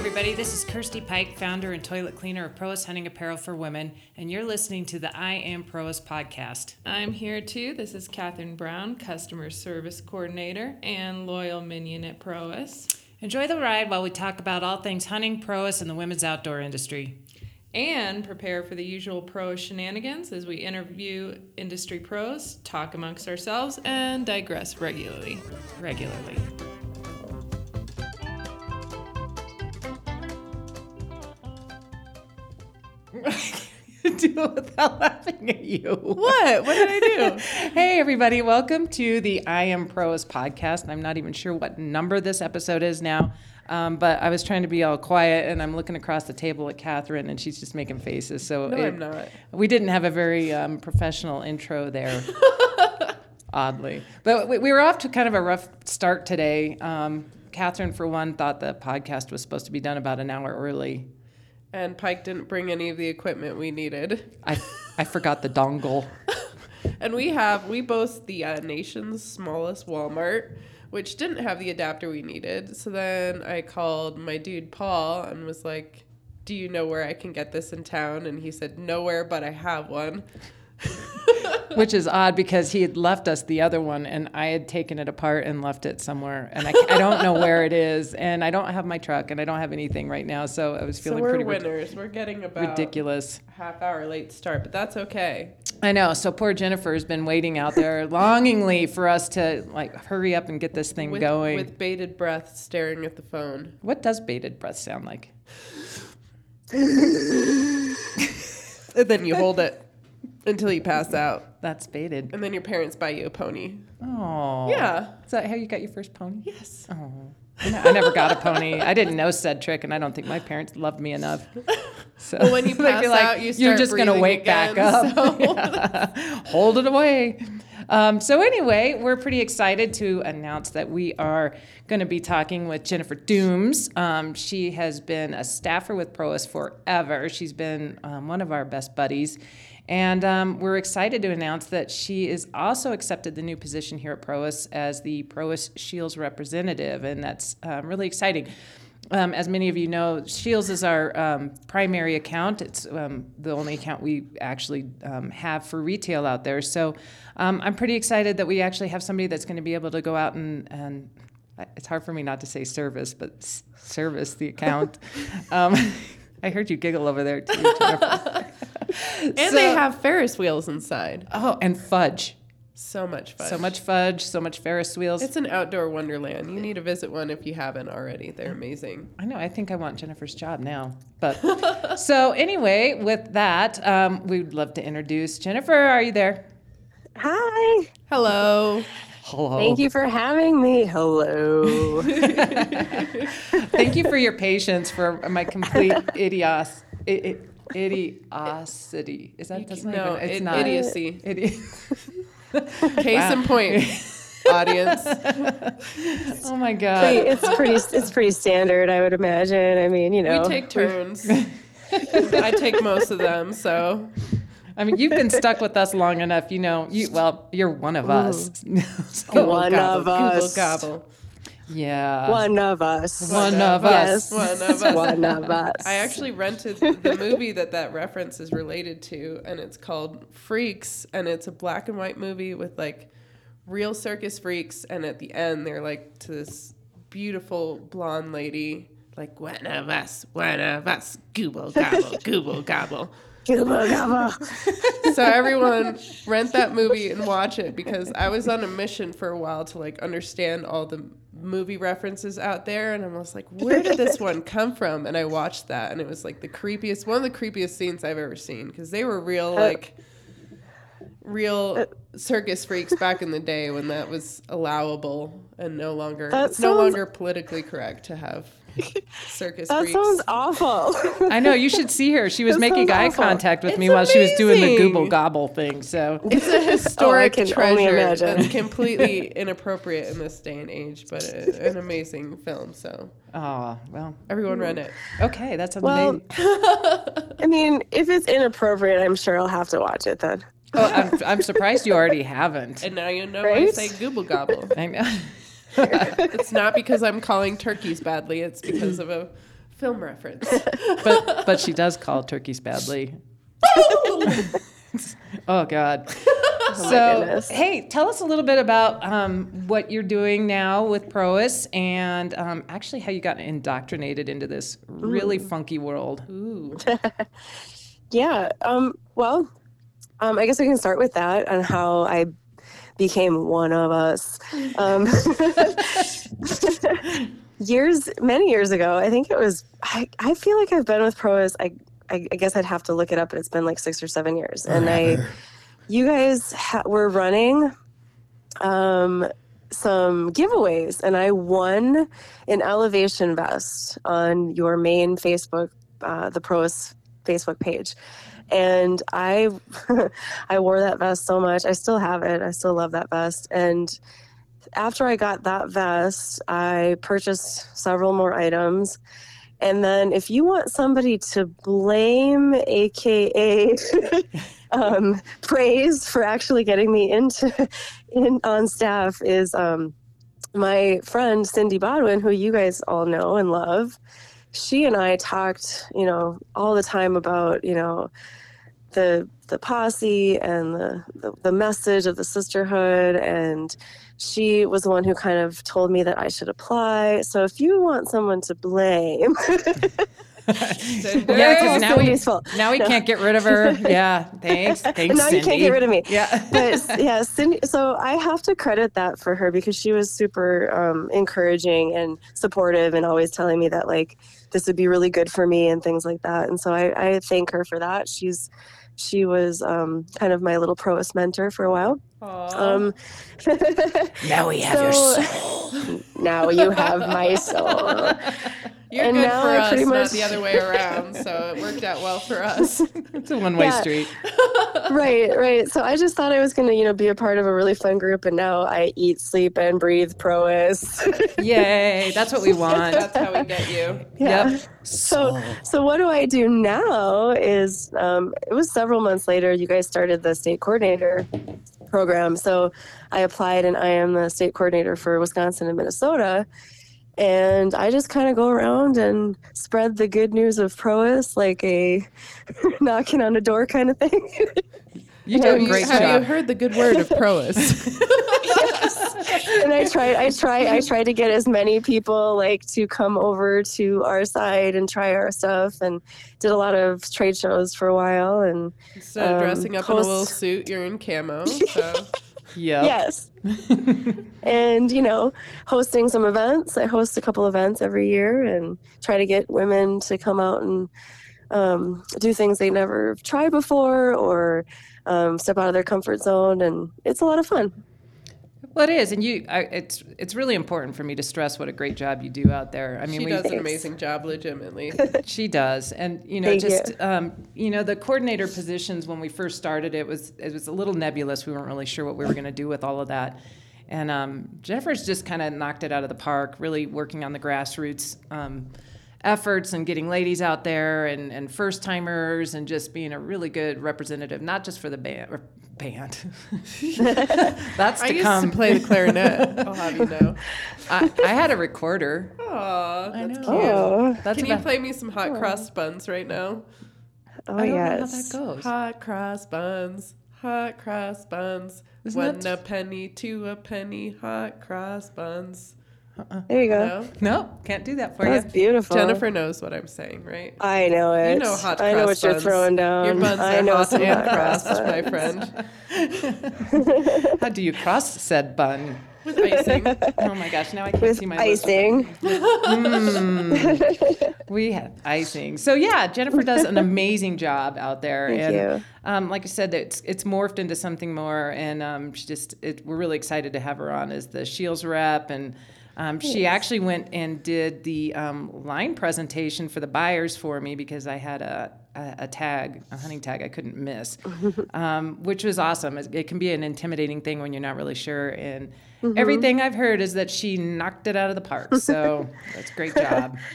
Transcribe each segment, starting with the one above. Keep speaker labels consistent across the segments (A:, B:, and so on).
A: everybody. This is Kirsty Pike, founder and toilet cleaner of Proas Hunting Apparel for Women, and you're listening to the I Am Proas podcast.
B: I'm here too. This is Katherine Brown, Customer Service Coordinator and Loyal Minion at Proas.
A: Enjoy the ride while we talk about all things hunting, Proas, and the women's outdoor industry.
B: And prepare for the usual pro shenanigans as we interview industry pros, talk amongst ourselves, and digress regularly.
A: Regularly. do it without laughing at you.
B: What? What did I do?
A: hey, everybody, welcome to the I Am Pros podcast. And I'm not even sure what number this episode is now, um, but I was trying to be all quiet and I'm looking across the table at Catherine and she's just making faces. So
B: No,
A: it-
B: I'm not.
A: we didn't have a very um, professional intro there. Oddly, but we, we were off to kind of a rough start today. Um, Catherine, for one, thought the podcast was supposed to be done about an hour early.
C: And Pike didn't bring any of the equipment we needed.
A: I, I forgot the dongle.
C: And we have, we boast the uh, nation's smallest Walmart, which didn't have the adapter we needed. So then I called my dude Paul and was like, Do you know where I can get this in town? And he said, Nowhere, but I have one.
A: which is odd because he had left us the other one and I had taken it apart and left it somewhere and I, I don't know where it is and I don't have my truck and I don't have anything right now so I was
C: So
A: feeling
C: we're
A: pretty rid-
C: winners. We're getting about
A: ridiculous.
C: a half hour late start, but that's okay.
A: I know. So poor Jennifer's been waiting out there longingly for us to like hurry up and get this thing
C: With,
A: going.
C: with bated breath, staring at the phone.
A: What does bated breath sound like?
C: And then you hold it until you pass out.
A: That's bated.
C: And then your parents buy you a pony.
A: Oh.
C: Yeah.
A: Is that how you got your first pony?
C: Yes.
A: Oh. No, I never got a pony. I didn't know said trick, and I don't think my parents loved me enough. So
C: Well, when you
A: they'd be
C: pass out, you
A: you're
C: start
A: just gonna
C: breathing
A: wake back
C: again,
A: up.
C: so-
A: Yeah. Hold it away. Um, so anyway, we're pretty excited to announce that we are going to be talking with Jennifer Dooms. Um, she has been a staffer with Proas forever. She's been um, one of our best buddies, and um, we're excited to announce that she is also accepted the new position here at Proas as the Proas Shields representative, and that's um, really exciting. Um, as many of you know, Shields is our um, primary account. It's um, the only account we actually um, have for retail out there. So um, I'm pretty excited that we actually have somebody that's going to be able to go out and, and I- it's hard for me not to say service, but s- service the account. um, I heard you giggle over there too. Jennifer.
C: And they have Ferris wheels inside.
A: oh, and fudge.
C: Uh, So much fun.
A: So much fudge, so much Ferris wheels.
C: It's an outdoor wonderland. You need to visit one if you haven't already. They're amazing.
A: I know. I think I want Jennifer's job now. But so anyway, with that, um, we'd love to introduce Jennifer. Are you there?
D: Hi.
C: Hello.
A: Hello.
D: Thank you for having me. Hello.
A: Thank you for your patience for my complete idios. i- i- Idiosity. Is that that's not
C: no,
A: even, it's
C: it-
A: not
C: idiocy.
A: Idi-
C: Case in point, audience.
A: oh my god!
D: it's pretty it's pretty standard, I would imagine. I mean, you know.
C: We take turns. I take most of them, so
A: I mean, you've been stuck with us long enough. You know, you well, you're one of us. So-
D: one
C: gobble,
D: of
C: gobble,
D: us.
C: gobble.
A: yeah,
D: One of us.
A: One of us.
D: yes.
C: One of us.
D: One of us.
C: I actually rented the movie that that reference is related to, and it's called Freaks, and it's a black and white movie with like real circus freaks, and at the end they're like to this beautiful blonde lady, like one of us, one of us, gooble gobble, gooble gobble.
D: Gobble, gobble.
C: So everyone rent that movie and watch it because I was on a mission for a while to like understand all the movie references out there and I was like, where did this one come from? And I watched that and it was like the creepiest one of the creepiest scenes I've ever seen because they were real
D: Uh,
C: like real circus freaks back in the day when that was allowable and no longer
D: That
C: it's no
D: sounds-
C: longer politically correct to have circus
D: That
C: freaks.
D: sounds awful.
A: I know you should see her. She was
D: That
A: making
D: sounds
A: eye
D: awful.
A: contact with
C: It's
A: me while she was doing the
C: amazing.
A: Google gobble thing. So
C: It's a historic
D: Oh, can only
C: treasure
D: imagine.
C: that's completely inappropriate in this day and age, but a, an amazing film. So
A: Oh, well,
C: everyone run it.
A: okay. That's amazing.
D: Well- I mean, if it's inappropriate, I'm sure I'll have to watch it then.
A: oh, I'm, I'm surprised you already haven't.
C: And now you know why I
D: Right?
C: say Google Gobble.
A: I know.
C: it's not because I'm calling turkeys badly. It's because of a film reference.
A: But but she does call turkeys badly. oh God. so
D: goodness.
A: hey, tell us a little bit about um, what you're doing now with Proas and um, actually how you got indoctrinated into this really funky world.
B: Ooh.
D: Yeah. Um, well, um, I guess we can start with that and how I became one of us. Um, years, many years ago, I think it was, I, I feel like I've been with Proas. I, I, I guess I'd have to look it up, but it's been like six or seven years. And I, you guys ha- were running um, some giveaways, and I won an elevation vest on your main Facebook, uh, the Proas Facebook page. And I, I wore that vest so much. I still have it. I still love that vest. And after I got that vest, I purchased several more items. And then, if you want somebody to blame, aka um, praise, for actually getting me into in on staff, is um, my friend Cindy Bodwin, who you guys all know and love. She and I talked, you know, all the time about, you know, the the posse and the, the the message of the sisterhood and she was the one who kind of told me that I should apply. So if you want someone to blame,
A: Yeah,
D: it's all
A: 'cause now we-
D: Cindy's fault.
A: Now we can't get rid of her. Yeah, thanks. Thanks,
D: now you can't get rid of me.
A: Yeah.
D: but yeah, Cindy, so I have to credit that for her because she was super um, encouraging and supportive and always telling me that like this would be really good for me and things like that. And so I, I thank her for that. She's she was um, kind of my little proest mentor for a while. Um,
A: Now we have
D: so now you have my soul.
C: You're
D: And
C: good
D: now
C: for
D: I
C: us,
D: pretty
C: not
D: much-
C: the other way around. So it worked out well for us.
A: It's a one-way
D: Yeah.
A: street.
D: right, right. So I just thought I was going to, you know, be a part of a really fun group, and now I eat, sleep, and breathe Proas.
A: Yay! That's what we want.
C: That's how we get you.
D: Yeah.
A: Yep.
D: So, so what do I do now? Is um, it was several months later. You guys started the state coordinator program, so I applied, and I am the state coordinator for Wisconsin and Minnesota. And I just kind of go around and spread the good news of Proas, like a knocking on a door kind of thing.
A: You do a
C: You-
A: great
C: have
A: job.
C: you heard the good word of Proas?
D: and I try, I try, I try to get as many people like to come over to our side and try our stuff, and did a lot of trade shows for a while. And
C: Instead of
D: Um,
C: dressing up in a little
D: close-
C: suit, you're in camo. So
A: Yep.
D: yes, and you know, hosting some events. I host a couple events every year and try to get women to come out and um, do things they never tried before or um, step out of their comfort zone, and it's a lot of fun.
A: Well, it is, and you. I, it's it's really important for me to stress what a great job you do out there. I mean,
C: she
A: we,
C: does an amazing job, legitimately.
A: she does, and you know,
D: Thank
A: just Um, you know, the coordinator positions when we first started, it was it was a little nebulous. We weren't really sure what we were going to do with all of that, and um, Jennifer's just kind of knocked it out of the park. Really working on the grassroots. Um, efforts and getting ladies out there and, and first timers and just being a really good representative not just for the band or band that's to
C: I used
A: come
C: to play the clarinet. I'll have you know.
A: I, I had a recorder.
C: Aw, that's cute.
D: Oh,
A: That's
C: Can you
A: about-
C: play me some hot cross buns right now?
D: oh
A: I don't
D: yes.
A: know how that goes.
C: Hot cross buns, hot cross buns.
A: Isn't
C: One
A: that-
C: a penny, two a penny, hot cross buns.
D: There you go.
C: No?
A: No, can't do that for
D: That's
A: you.
D: beautiful.
C: Jennifer knows what I'm saying, right?
D: I know it.
C: You know hot
D: I know
C: cross
D: what you're
C: buns.
D: throwing down.
C: Your buns
D: I
C: are
D: know
C: hot
D: some
C: and
D: hot cross
C: crossed, my
D: buns.
C: friend.
A: How do you cross said bun?
C: With icing.
A: Oh my gosh, now I can't
D: With
A: see my list.
D: icing.
A: We have icing. So yeah, Jennifer does an amazing job out there,
D: Thank
A: and
D: you.
A: Um, like I said, it's it's morphed into something more, and um, she just it, we're really excited to have her on as the Shields rep, and um, she actually went and did the um, line presentation for the buyers for me because I had a. A a tag, a hunting tag I couldn't miss, um, which was awesome. It, it can be an intimidating thing when you're not really sure. And
D: Mm-hmm.
A: everything I've heard is that she knocked it out of the park. So that's a great job.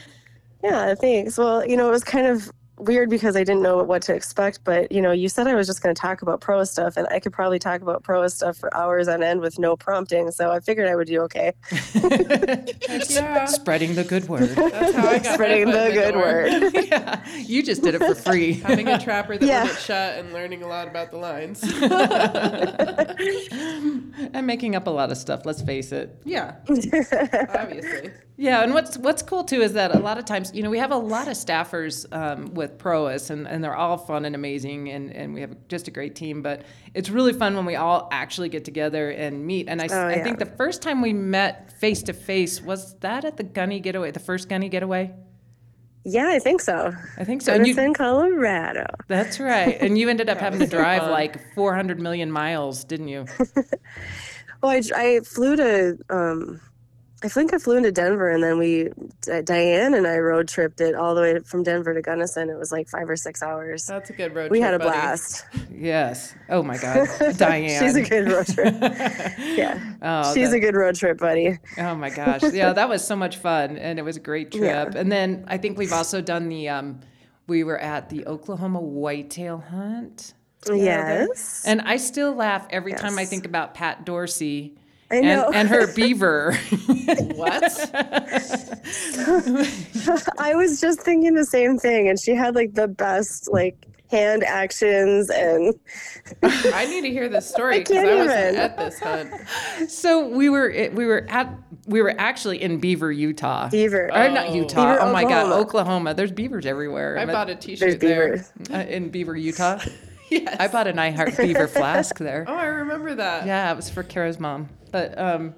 D: Yeah, thanks. Well, you know, it was kind of weird because I didn't know what to expect. But you know, you said I was just going to talk about pro stuff, and I could probably talk about pro stuff for hours on end with no prompting. So I figured I would do okay,
B: yeah.
A: Spreading the good word.
B: That's how I got my
D: spreading
B: foot
D: the
B: in
D: good
B: door.
D: word.
A: yeah, you just did it for free.
C: Having a trapper that
D: Yeah.
C: will get shut and learning a lot about the lines.
A: I'm making up a lot of stuff, let's face it.
C: yeah, obviously.
A: Yeah, and what's what's cool too is that a lot of times, you know, we have a lot of staffers um, with Proas, and, and they're all fun and amazing, and, and we have just a great team. But it's really fun when we all actually get together and meet. And I, s-
D: Oh,
A: I
D: yeah.
A: think the first time we met face to face was that at the Gunny Getaway, the first Gunny Getaway.
D: yeah, I think so.
A: I think so. And you-
D: Denison, Colorado.
A: that's right. And you ended up having to
C: was so
A: drive
C: fun.
A: like 400 million miles, didn't you?
D: Well, I, I flew to, um, I think I flew into Denver, and then we, D- Diane and I road tripped it all the way from Denver to Gunnison. It was like five or six hours.
C: That's a good road
D: we
C: trip,
D: had a
C: Oh, buddy.
D: blast.
A: Yes. Oh my God, Diane.
D: She's a good road trip. yeah.
A: Oh,
D: She's
A: that-
D: a good road trip buddy.
A: Oh my gosh. Yeah, that was so much fun and it was a great trip. And then I think we've also done the um we were at the Oklahoma whitetail hunt.
D: yes.
A: And I still laugh every time I
D: Yes.
A: think about Pat Dorsey.
D: I know.
A: And, and her beaver.
C: What?
D: I was just thinking the same thing and she had like the best like hand actions and
C: I need to hear this story because
D: can't
C: I, wasn't
D: even.
C: at this hunt.
A: so we were it- we were at we were actually in Beaver, Utah.
D: Beaver.
A: Or not Utah.
D: Beaver,
A: oh my god,
D: Oklahoma.
A: Oklahoma. There's beavers everywhere.
C: I
A: But-
C: bought a
D: There's
C: T-shirt there.
D: beavers.
A: uh, in Beaver, Utah. I bought an I Heart Beaver flask there.
C: Oh, I remember that.
A: Yeah, it was for Kara's mom. But um,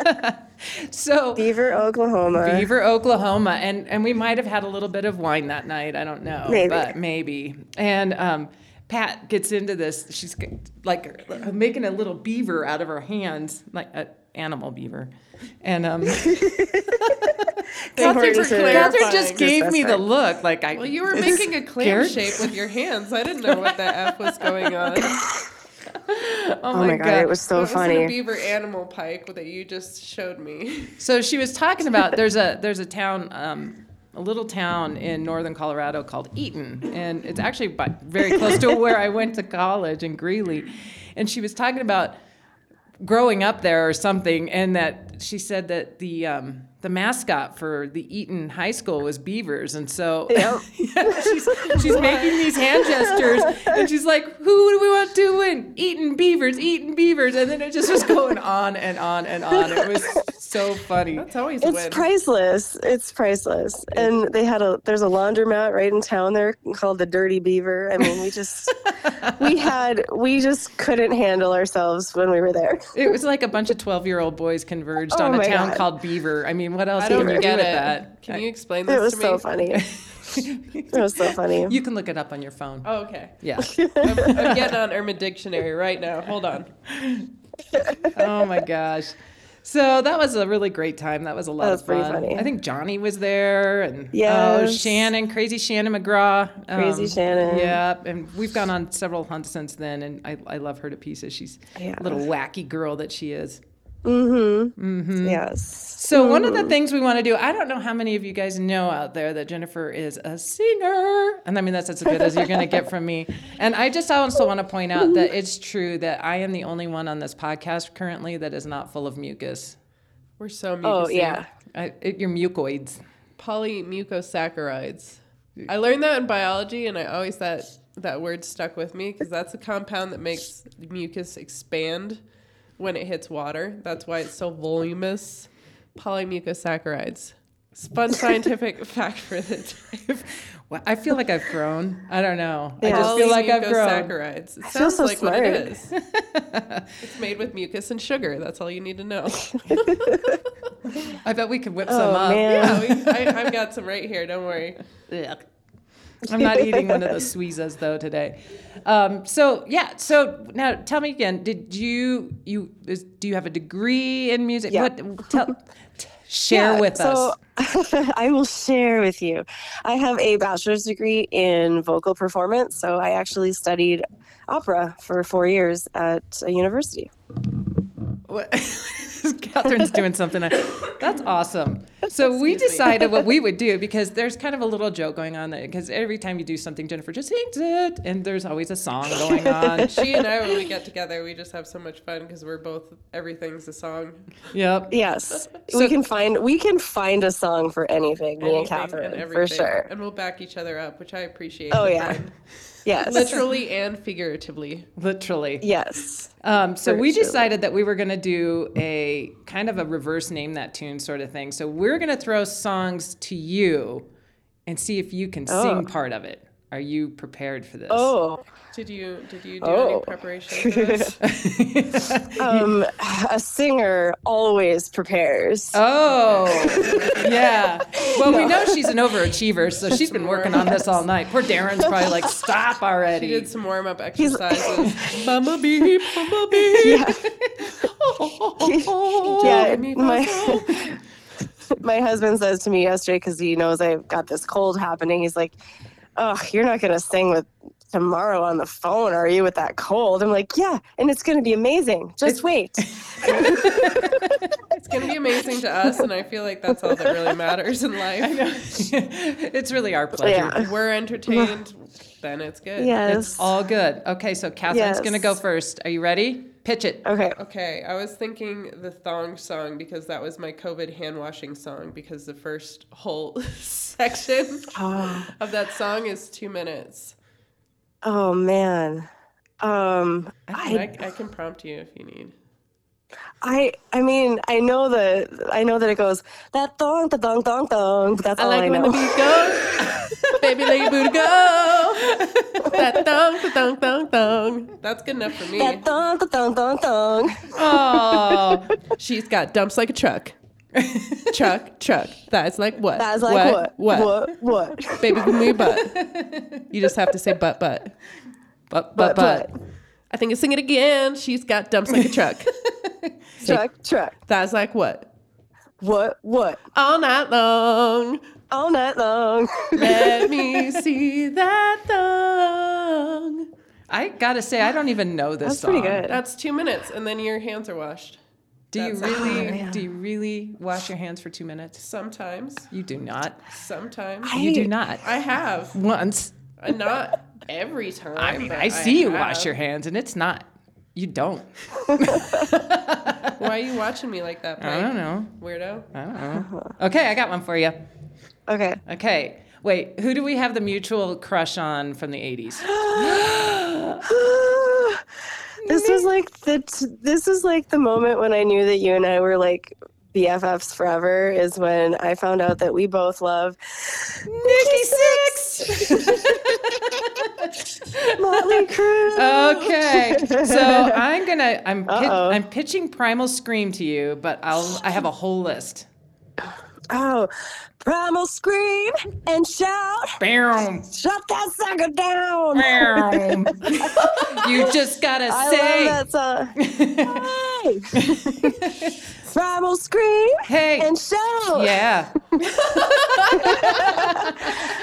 A: so
D: Beaver, Oklahoma.
A: Beaver, Oklahoma, and and we might have had a little bit of wine that night. I don't know,
D: Maybe.
A: but maybe. And um, Pat gets into this. She's g- like making a little beaver out of her hands, like an animal beaver, and um.
D: Thank you
A: Catherine,
D: for
A: Catherine
C: clarifying.
A: just gave me the
D: That's
A: look, like I.
C: Well, you were making a clam
A: scared?
C: shape with your hands. I didn't know what the f was going on.
D: Oh my god, it was
C: That
D: so
C: was in a
D: funny.
C: beaver animal pike that you just showed me.
A: So she was talking about there's a there's a town, um, a little town in northern Colorado called Eaton, and it's actually by, very close to where I went to college in Greeley, and she was talking about growing up there or something, and that she said that the um, the mascot for the Eaton High School was beavers, and so
D: Yep.
A: she's, she's making these hand gestures, and she's like, "Who do we want to win? Eaton beavers, Eaton beavers," and then it just was going on and on and on. It was so funny.
C: It's always
D: It's
C: win.
D: priceless. It's priceless. And they had a there's a laundromat right in town there called the Dirty Beaver. I mean, we just we had we just couldn't handle ourselves when we were there.
A: It was like a bunch of 12 year old boys converged
D: Oh
A: on a
D: my
A: town
D: God.
A: called Beaver. I mean, what else
C: I
A: can
C: don't
A: you do
C: get
A: with
C: it.
A: that?
C: Can you explain this
D: It was
C: to me?
D: so funny. It was so funny.
A: You can look it up on your phone.
C: Oh, okay.
A: Yeah.
C: I'm, I'm getting on Urban Dictionary right now. Hold on.
A: oh my gosh. So that was a really great time. That was a lot
D: That was
A: of
D: pretty
A: fun.
D: funny.
A: I think Johnny was there and oh
D: Yes.
A: Shannon, crazy Shannon McGraw. Um,
D: Crazy Shannon.
A: Yeah. And we've gone on several hunts since then and I, I love her to pieces. She's
D: Yeah.
A: a little wacky girl that she is.
D: Mm-hmm. Yes.
A: So one of the things we want to do, I don't know how many of you guys know out there that Jennifer is a singer, and I mean that's as good as you're going to get from me. And I just also want to point out that it's true that I am the only one on this podcast currently that is not full of mucus.
C: We're so mucusy.
D: Oh yeah.
A: I, it, your mucoids.
C: Polymucosaccharides. I learned that in biology, and I always that that word stuck with me because that's a compound that makes mucus expand when it hits water. That's why it's so voluminous. Polymucosaccharides. It's fun scientific fact for the day.
A: Well, I feel like I've grown. I don't know. I
D: Yeah.
A: just feel like I've grown.
C: Polymucosaccharides. It
D: feel
C: sounds
D: so
C: like what it
D: smart.
C: is. it's made with mucus and sugar. That's all you need to know.
A: I bet we could whip
D: Oh
A: some up.
D: man.
C: Yeah, we, I, I've got some right here. Don't worry.
A: Ugh. I'm not eating one of those squeezes though today. Um, so yeah, so now tell me again, did you you is, do you have a degree in music?
D: Yeah.
A: What tell t- share
D: Yeah,
A: with us.
D: So I will share with you. I have a bachelor's degree in vocal performance, so I actually studied opera for four years at a university.
A: Catherine's doing something. I- That's awesome. So we decided what we would do because there's kind of a little joke going on because every time you do something, Jennifer just sings it, and there's always a song going on.
C: She and I, when we get together, we just have so much fun because we're both everything's a song.
A: yep.
D: Yes, we can find we can find a song for anything. Me and
C: Anything and
D: Catherine, for
C: everything.
D: sure.
C: And we'll back each other up, which I appreciate.
D: Oh
C: We
D: yeah,
C: find-
D: yes,
C: literally and figuratively.
A: Literally.
D: yes.
A: Um, so we
D: Virtually.
A: decided that we were going to do a kind of a reverse name that tune sort of thing. So we're going to throw songs to you and see if you can sing part of it. Are you prepared for this?
D: Oh,
C: Did you did you do
D: Oh.
C: any preparation for this?
D: um, a singer always prepares.
A: Oh, yeah. Well, we know she's an overachiever, so she's been working on this all night. Poor Darren's probably like, stop
C: She
A: already.
C: did some warm up exercises.
A: Mama bee, mama bee.
D: Yeah.
A: Oh,
D: yeah, it- my my husband says to me yesterday because he knows I've got this cold happening. He's like, "Oh, you're not gonna sing with tomorrow on the phone, are you? With that cold?" I'm like, "Yeah, and it's gonna be amazing. Just wait."
C: It's gonna be amazing to us, and I feel like that's all that really matters in life.
A: it's really our pleasure.
D: yeah.
C: We're entertained, then it's good.
D: Yes.
A: It's all good. Okay, so Catherine's
D: Yes.
A: going to go first. Are you ready? Pitch it.
D: okay.
C: Okay, I was thinking the thong song because that was my COVID hand washing song because the first whole section
D: Ah.
C: of that song is two minutes.
D: Oh man. Um, I
C: I, I can prompt you if you need.
D: I I mean I know the I know that it goes that thong the thong thong thong. But that's all I know.
C: beat goes, baby, let your booty go. That thong, the thong, thong, thong. That's good enough for me.
D: That thong the thong thong thong.
A: Oh,
C: She's got dumps like a truck. truck, truck. That's like what?
D: That's like what
C: What?
D: what what.
C: Baby, give me your butt. You just have to say butt, butt. Butt, butt, butt. I think I sing it again. She's got dumps like a truck.
D: truck truck
C: That's like what?
D: what what
C: All night long.
D: all night long.
C: Let me see that thong.
A: I gotta say, I don't even know this
D: That's
A: song.
D: pretty good.
C: That's two minutes, and then your hands are washed.
A: Do you
C: That's-
D: Oh,
A: really? do you really wash your hands for two minutes?
C: Sometimes,
A: You do not.
C: sometimes.
D: I-
A: You do not.
C: I have.
A: Once.
C: Uh, Not every time.
A: I mean,
C: but
A: I see you
C: have.
A: wash your hands, and it's not. You don't.
C: Why are you watching me like that,
A: I don't
C: Mike?
A: know.
C: Weirdo.
A: I don't know. Uh-huh. Okay, I got one for you.
D: Okay.
A: Okay, wait. Who do we have the mutual crush on from the '80s?
D: this was like the t- this is like the moment when I knew that you and I were like BFFs forever is when I found out that we both love
A: Nikki Six.
D: Motley Crue.
A: Oh. Okay, so I'm gonna I'm pit,
D: Uh-oh.
A: I'm pitching Primal Scream to you, but I'll I have a whole list.
D: Oh, primal scream and shout,
A: Bam.
D: shut that sucker down.
A: Bam. you just gotta
D: I
A: say,
D: love that song. Hey! primal scream
A: hey,
D: and shout.
A: yeah,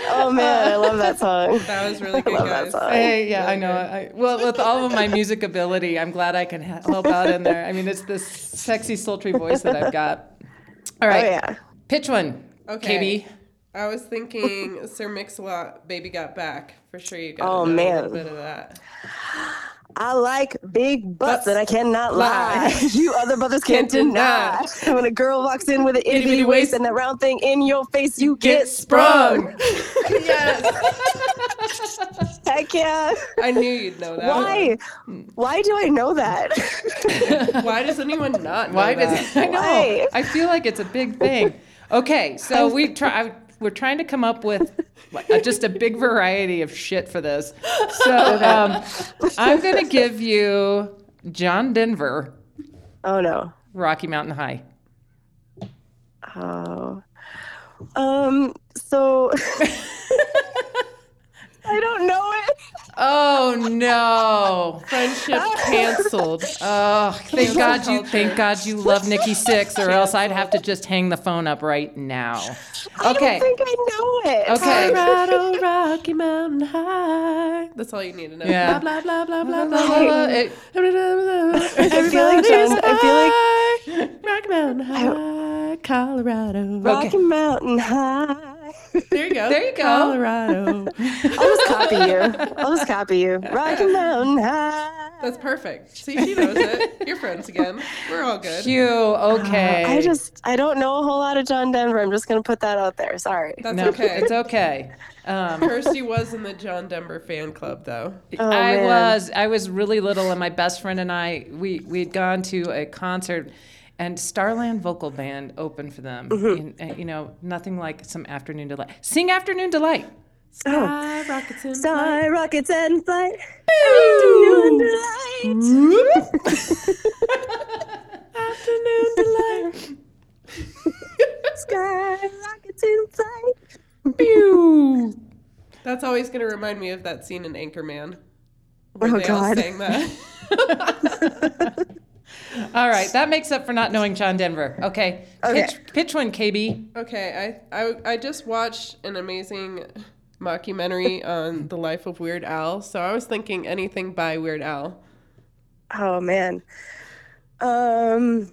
D: Oh man, I love that song.
C: That was really good,
D: love that
C: guys.
D: song.
A: hey, yeah. I know. I, well, with all of my music ability, I'm glad I can ha- help out in there. I mean, it's this sexy, sultry voice that I've got. All
D: Oh
A: right,
D: yeah.
A: pitch one,
C: Okay.
A: Katie.
C: I was thinking Sir Mix-a-Lot, Baby Got Back. For sure you got
D: Oh,
C: know a
D: man.
C: little bit of that.
D: I like big butts that I cannot lie.
C: lie.
D: you other brothers can't,
C: Can't deny.
D: deny. When a girl walks in with an itty bitty waist and that round thing in your face, you get, sprung.
A: sprung.
C: yes.
D: Heck yeah.
C: I knew you'd know that.
D: Why? Why do I know that?
C: Why does anyone not know
A: Why
C: that?
A: does I know?
D: Why?
A: I feel like it's a big thing. Okay, so we try. I- We're trying to come up with a- just a big variety of shit for this. So um, I'm gonna give you John Denver,
D: oh no.
A: Rocky Mountain High.
D: Oh. Um, so I don't know it.
A: Oh no!
C: Friendship canceled.
A: Oh, thank God you! Thank God you love Nikki Six, or else I'd have to just hang the phone up right now.
D: I
A: Okay.
D: think I know it.
A: Okay.
C: Colorado Rocky Mountain High. That's all you need to know.
A: Yeah.
C: Blah blah blah blah blah
A: Uh,
C: blah.
A: it-
C: blah.
D: I feel like John, I feel like
C: Rock Mountain High, Colorado.
D: Rocky Mountain High.
C: There you go.
A: There you go.
C: Colorado.
D: I'll just copy you. I'll just copy you. Rocky Mountain High.
C: That's perfect. See, she knows it. You're friends again. We're all good.
A: Phew,
C: Uh,
A: okay.
D: I just I don't know a whole lot of John Denver. I'm just gonna put that out there. Sorry.
C: That's
A: no,
C: okay.
A: it's okay. Um,
C: Kirsty was in the John Denver fan club, though.
D: Oh,
A: I
D: man.
A: was I was really little, and my best friend and I we we'd gone to a concert, and Starland Vocal Band opened for them.
C: Mm-hmm.
A: And, and, you know, nothing like some afternoon delight. Sing afternoon delight.
C: Sky rockets in
D: Sky Oh. rockets and flight. Afternoon delight.
C: afternoon delight.
D: Sky rockets and flight.
A: Phew.
C: That's always going to remind me of that scene in Anchorman.
D: Oh,
C: they all
D: God.
C: sang that.
A: All right, that makes up for not knowing John Denver. Okay,
D: Okay.
A: Pitch, pitch one, KB.
C: Okay, I, I I just watched an amazing mockumentary on the life of Weird Al, so I was thinking anything by Weird Al.
D: Oh man. Um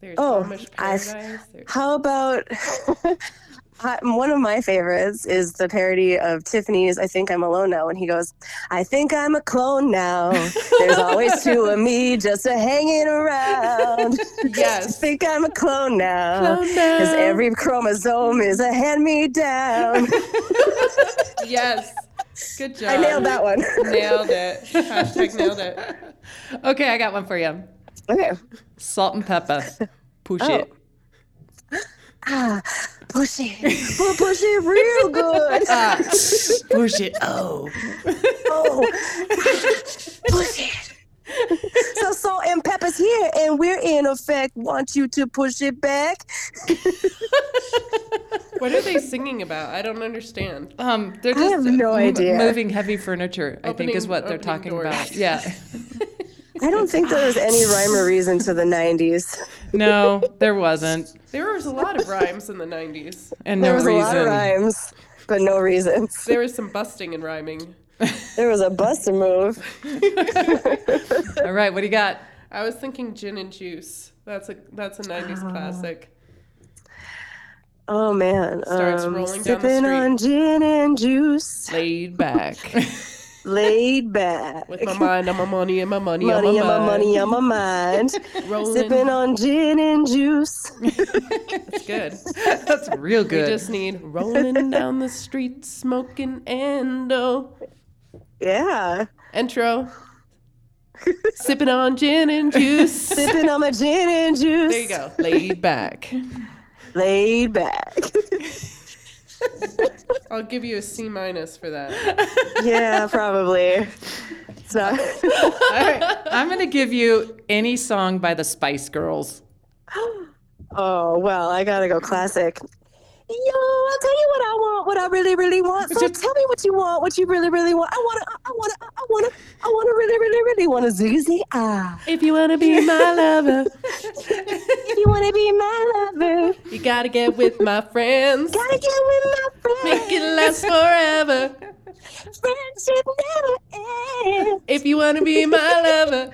C: There's
D: Oh,
C: Amish
D: I-
C: Paradise. There's,
D: How about I- one of my favorites is the parody of Tiffany's I Think I'm Alone Now when he goes, I think I'm a clone now. There's always two of me just a hanging around.
C: Yes.
D: think I'm a clone now. Because every chromosome is a hand me down.
C: yes, good job.
D: I nailed that one.
C: Nailed it. Hashtag nailed it.
A: Okay, I got one for you.
D: okay.
A: Salt and pepper. Push
D: Oh.
A: it.
D: Ah, push it. We'll push it real good.
A: Uh, Push it. Oh.
D: Oh, push it. So salt and pepper's here, and we're in effect. Want you to push it back?
C: What are they singing about? I don't understand.
A: Um, they're
D: I
A: just
D: have no
A: uh,
D: idea.
A: Moving heavy furniture, I think, is
C: Opening-
A: what they're
C: opening
A: talking
C: doors.
A: about. Yeah.
D: I don't think there was any rhyme or reason to the '90s.
A: No, there wasn't,
C: There was a lot of rhymes in the 90s.
A: and
D: There
A: no
D: was
A: reason.
D: a lot of rhymes, but no reasons.
C: There was some busting and rhyming.
D: There was a buster move.
A: All right, what do you got?
C: I was thinking gin and juice. That's a that's a
D: Ah.
C: 90s classic.
D: Oh man,
C: Starts rolling down the
D: sipping
C: street.
D: on gin and juice,
C: Laid back.
D: laid back.
C: With my mind on my money and my money, on my,
D: Money on my
C: mind.
D: money on my mind.
C: Rolling.
D: Sipping on gin and juice.
C: It's good.
A: That's real
C: We
A: good.
C: just need rolling down the street, smoking endo.
D: Yeah.
C: Intro. Sipping on gin and juice.
D: Sipping on my gin and juice.
C: There you go. Laid back.
D: Laid back.
C: I'll give you a C minus for that.
D: yeah, probably. It's not.
A: All right, I'm going to give you any song by the Spice Girls.
D: oh well, I gotta go classic. Yo, I'll tell you what I want, what I really, really want. So tell me what you want, what you really, really want. I wanna, I wanna, I wanna, I wanna really, really, really wanna ziggy zig ah.
C: If you wanna be my lover,
D: If you wanna be my lover,
C: you gotta get with my friends.
D: gotta get with my friend.
C: Make it last forever.
D: Friendship never ends.
C: If you wanna be my lover,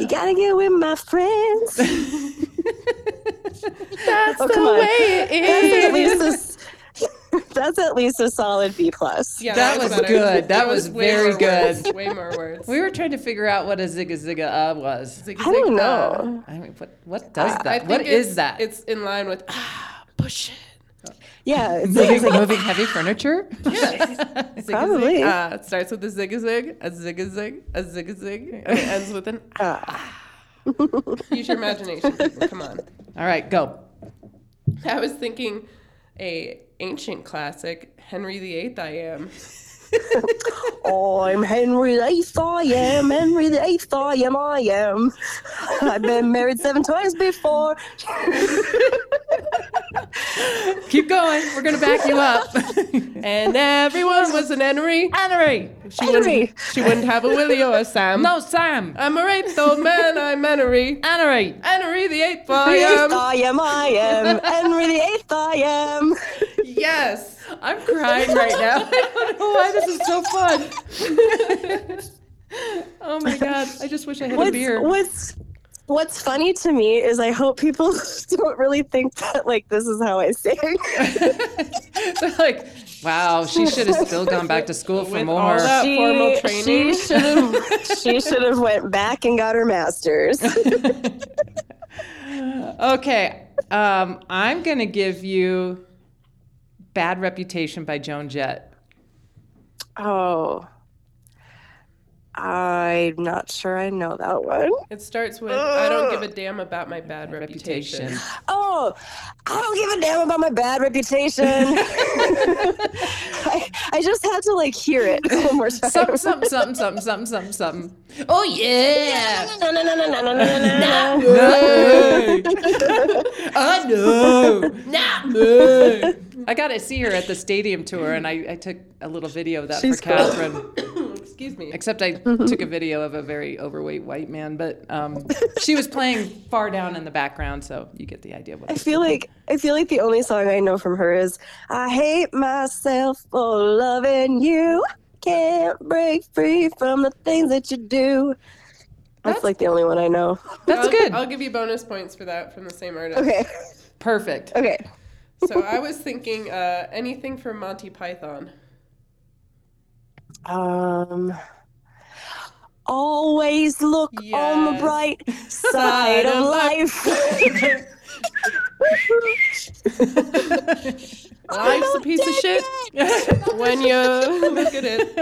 D: You gotta get with my friends.
C: that's
D: Oh,
C: the
D: come on.
C: way
D: That's
C: it
D: at
C: is.
D: least a, s- that's at least a solid B plus.
C: Yeah,
A: That was
C: better.
A: good. That was
C: way
A: very
C: more
A: good.
C: words. Way more words.
A: We were trying to figure out what a Zigga Zigga Ah was.
D: I don't
C: "Uh."
D: know.
A: I mean, what, what does
C: I
A: that?
C: think
A: What
C: it's-
A: is that?
C: It's in line with ah, push it.
D: Yeah, it's like,
A: moving, moving heavy furniture?
C: Zig
D: Probably.
C: Uh, it starts with a zig a zig, a zig a zig, a zig a zig, and it ends with an ah.
D: "Ah."
C: Use your imagination, people. Come on.
A: All right, go.
C: I was thinking a ancient classic, Henry VIII. I am.
D: oh, I'm Henry the Eighth. I am Henry the Eighth. I am. I am. I've been married seven times before.
A: Keep going. We're going to back you up.
C: And everyone was an Henry.
A: Henry.
C: She wouldn't,
D: Henry.
C: she wouldn't have a Willie or a Sam.
A: No, Sam.
C: I'm a raped old man. I'm Henry.
A: Henry.
C: Henry the Eighth. I
D: The Eighth,
C: am.
D: I am. I am. Henry the Eighth. I am.
C: Yes.
A: I'm crying right now. I don't know why this is so fun. oh my god! I just wish I had a
D: What's
A: beer.
D: what's What's funny to me is I hope people don't really think that like this is how I sing.
A: They're like, wow, she should have still gone back to school for
C: With all
A: more.
C: that- formal training.
D: She should have. she should have went back and got her master's.
A: Okay, um, I'm gonna give you "Bad Reputation" by Joan Jett.
D: oh, I'm not sure I know that one.
C: It starts with I don't give a damn about my bad reputation.
A: Reputation.
D: Oh, I don't give a damn about my bad reputation. I, I just had to like hear it one more time.
A: Something, something, something, something, something, something, something. Oh yeah!
D: No, no, no, no, no, no, no, no, no.
A: Nay. I know. Nay. I got to see her at the stadium tour, and I, I took a little video of that
D: She's
A: for
D: cool.
A: Catherine.
C: Excuse me. Mm-hmm.
A: Except I took a video of a very overweight white man, but um, she was playing far down in the background, so you get the idea. What
D: I feel like I feel like the only song I know from her is "I hate myself for loving you." Can't break free from the things that you do. That's, like the only one I know.
A: That's
C: I'll-
A: good.
C: I'll give you bonus points for that from the same artist.
D: Okay,
A: Perfect.
D: okay.
C: So I was thinking uh, anything from Monty Python.
D: Um, always look on the
C: Yes.
D: bright side of life.
C: Life's a piece of shit when you look at it.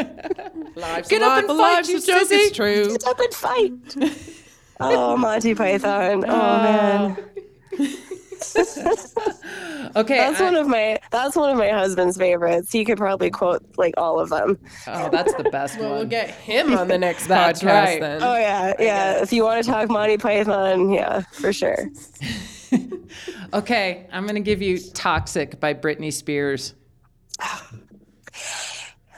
C: Life's Get a
A: up
C: life,
A: and
C: a
A: fight,
C: life's
A: you
C: a joke,
A: sissy.
C: it's true.
D: Get up and fight. Oh, Monty Python.
A: Ah.
D: Oh man.
A: Okay.
D: That's
A: I-
D: one of my that's one of my husband's favorites. He could probably quote like all of them.
A: oh, that's the best
C: Well,
A: one.
C: we'll get him on the next
A: That's
C: podcast
A: right.
C: then.
D: Oh yeah, yeah. If you want to talk Monty Python, yeah, for sure.
A: Okay, I'm gonna give you "Toxic" by Britney Spears.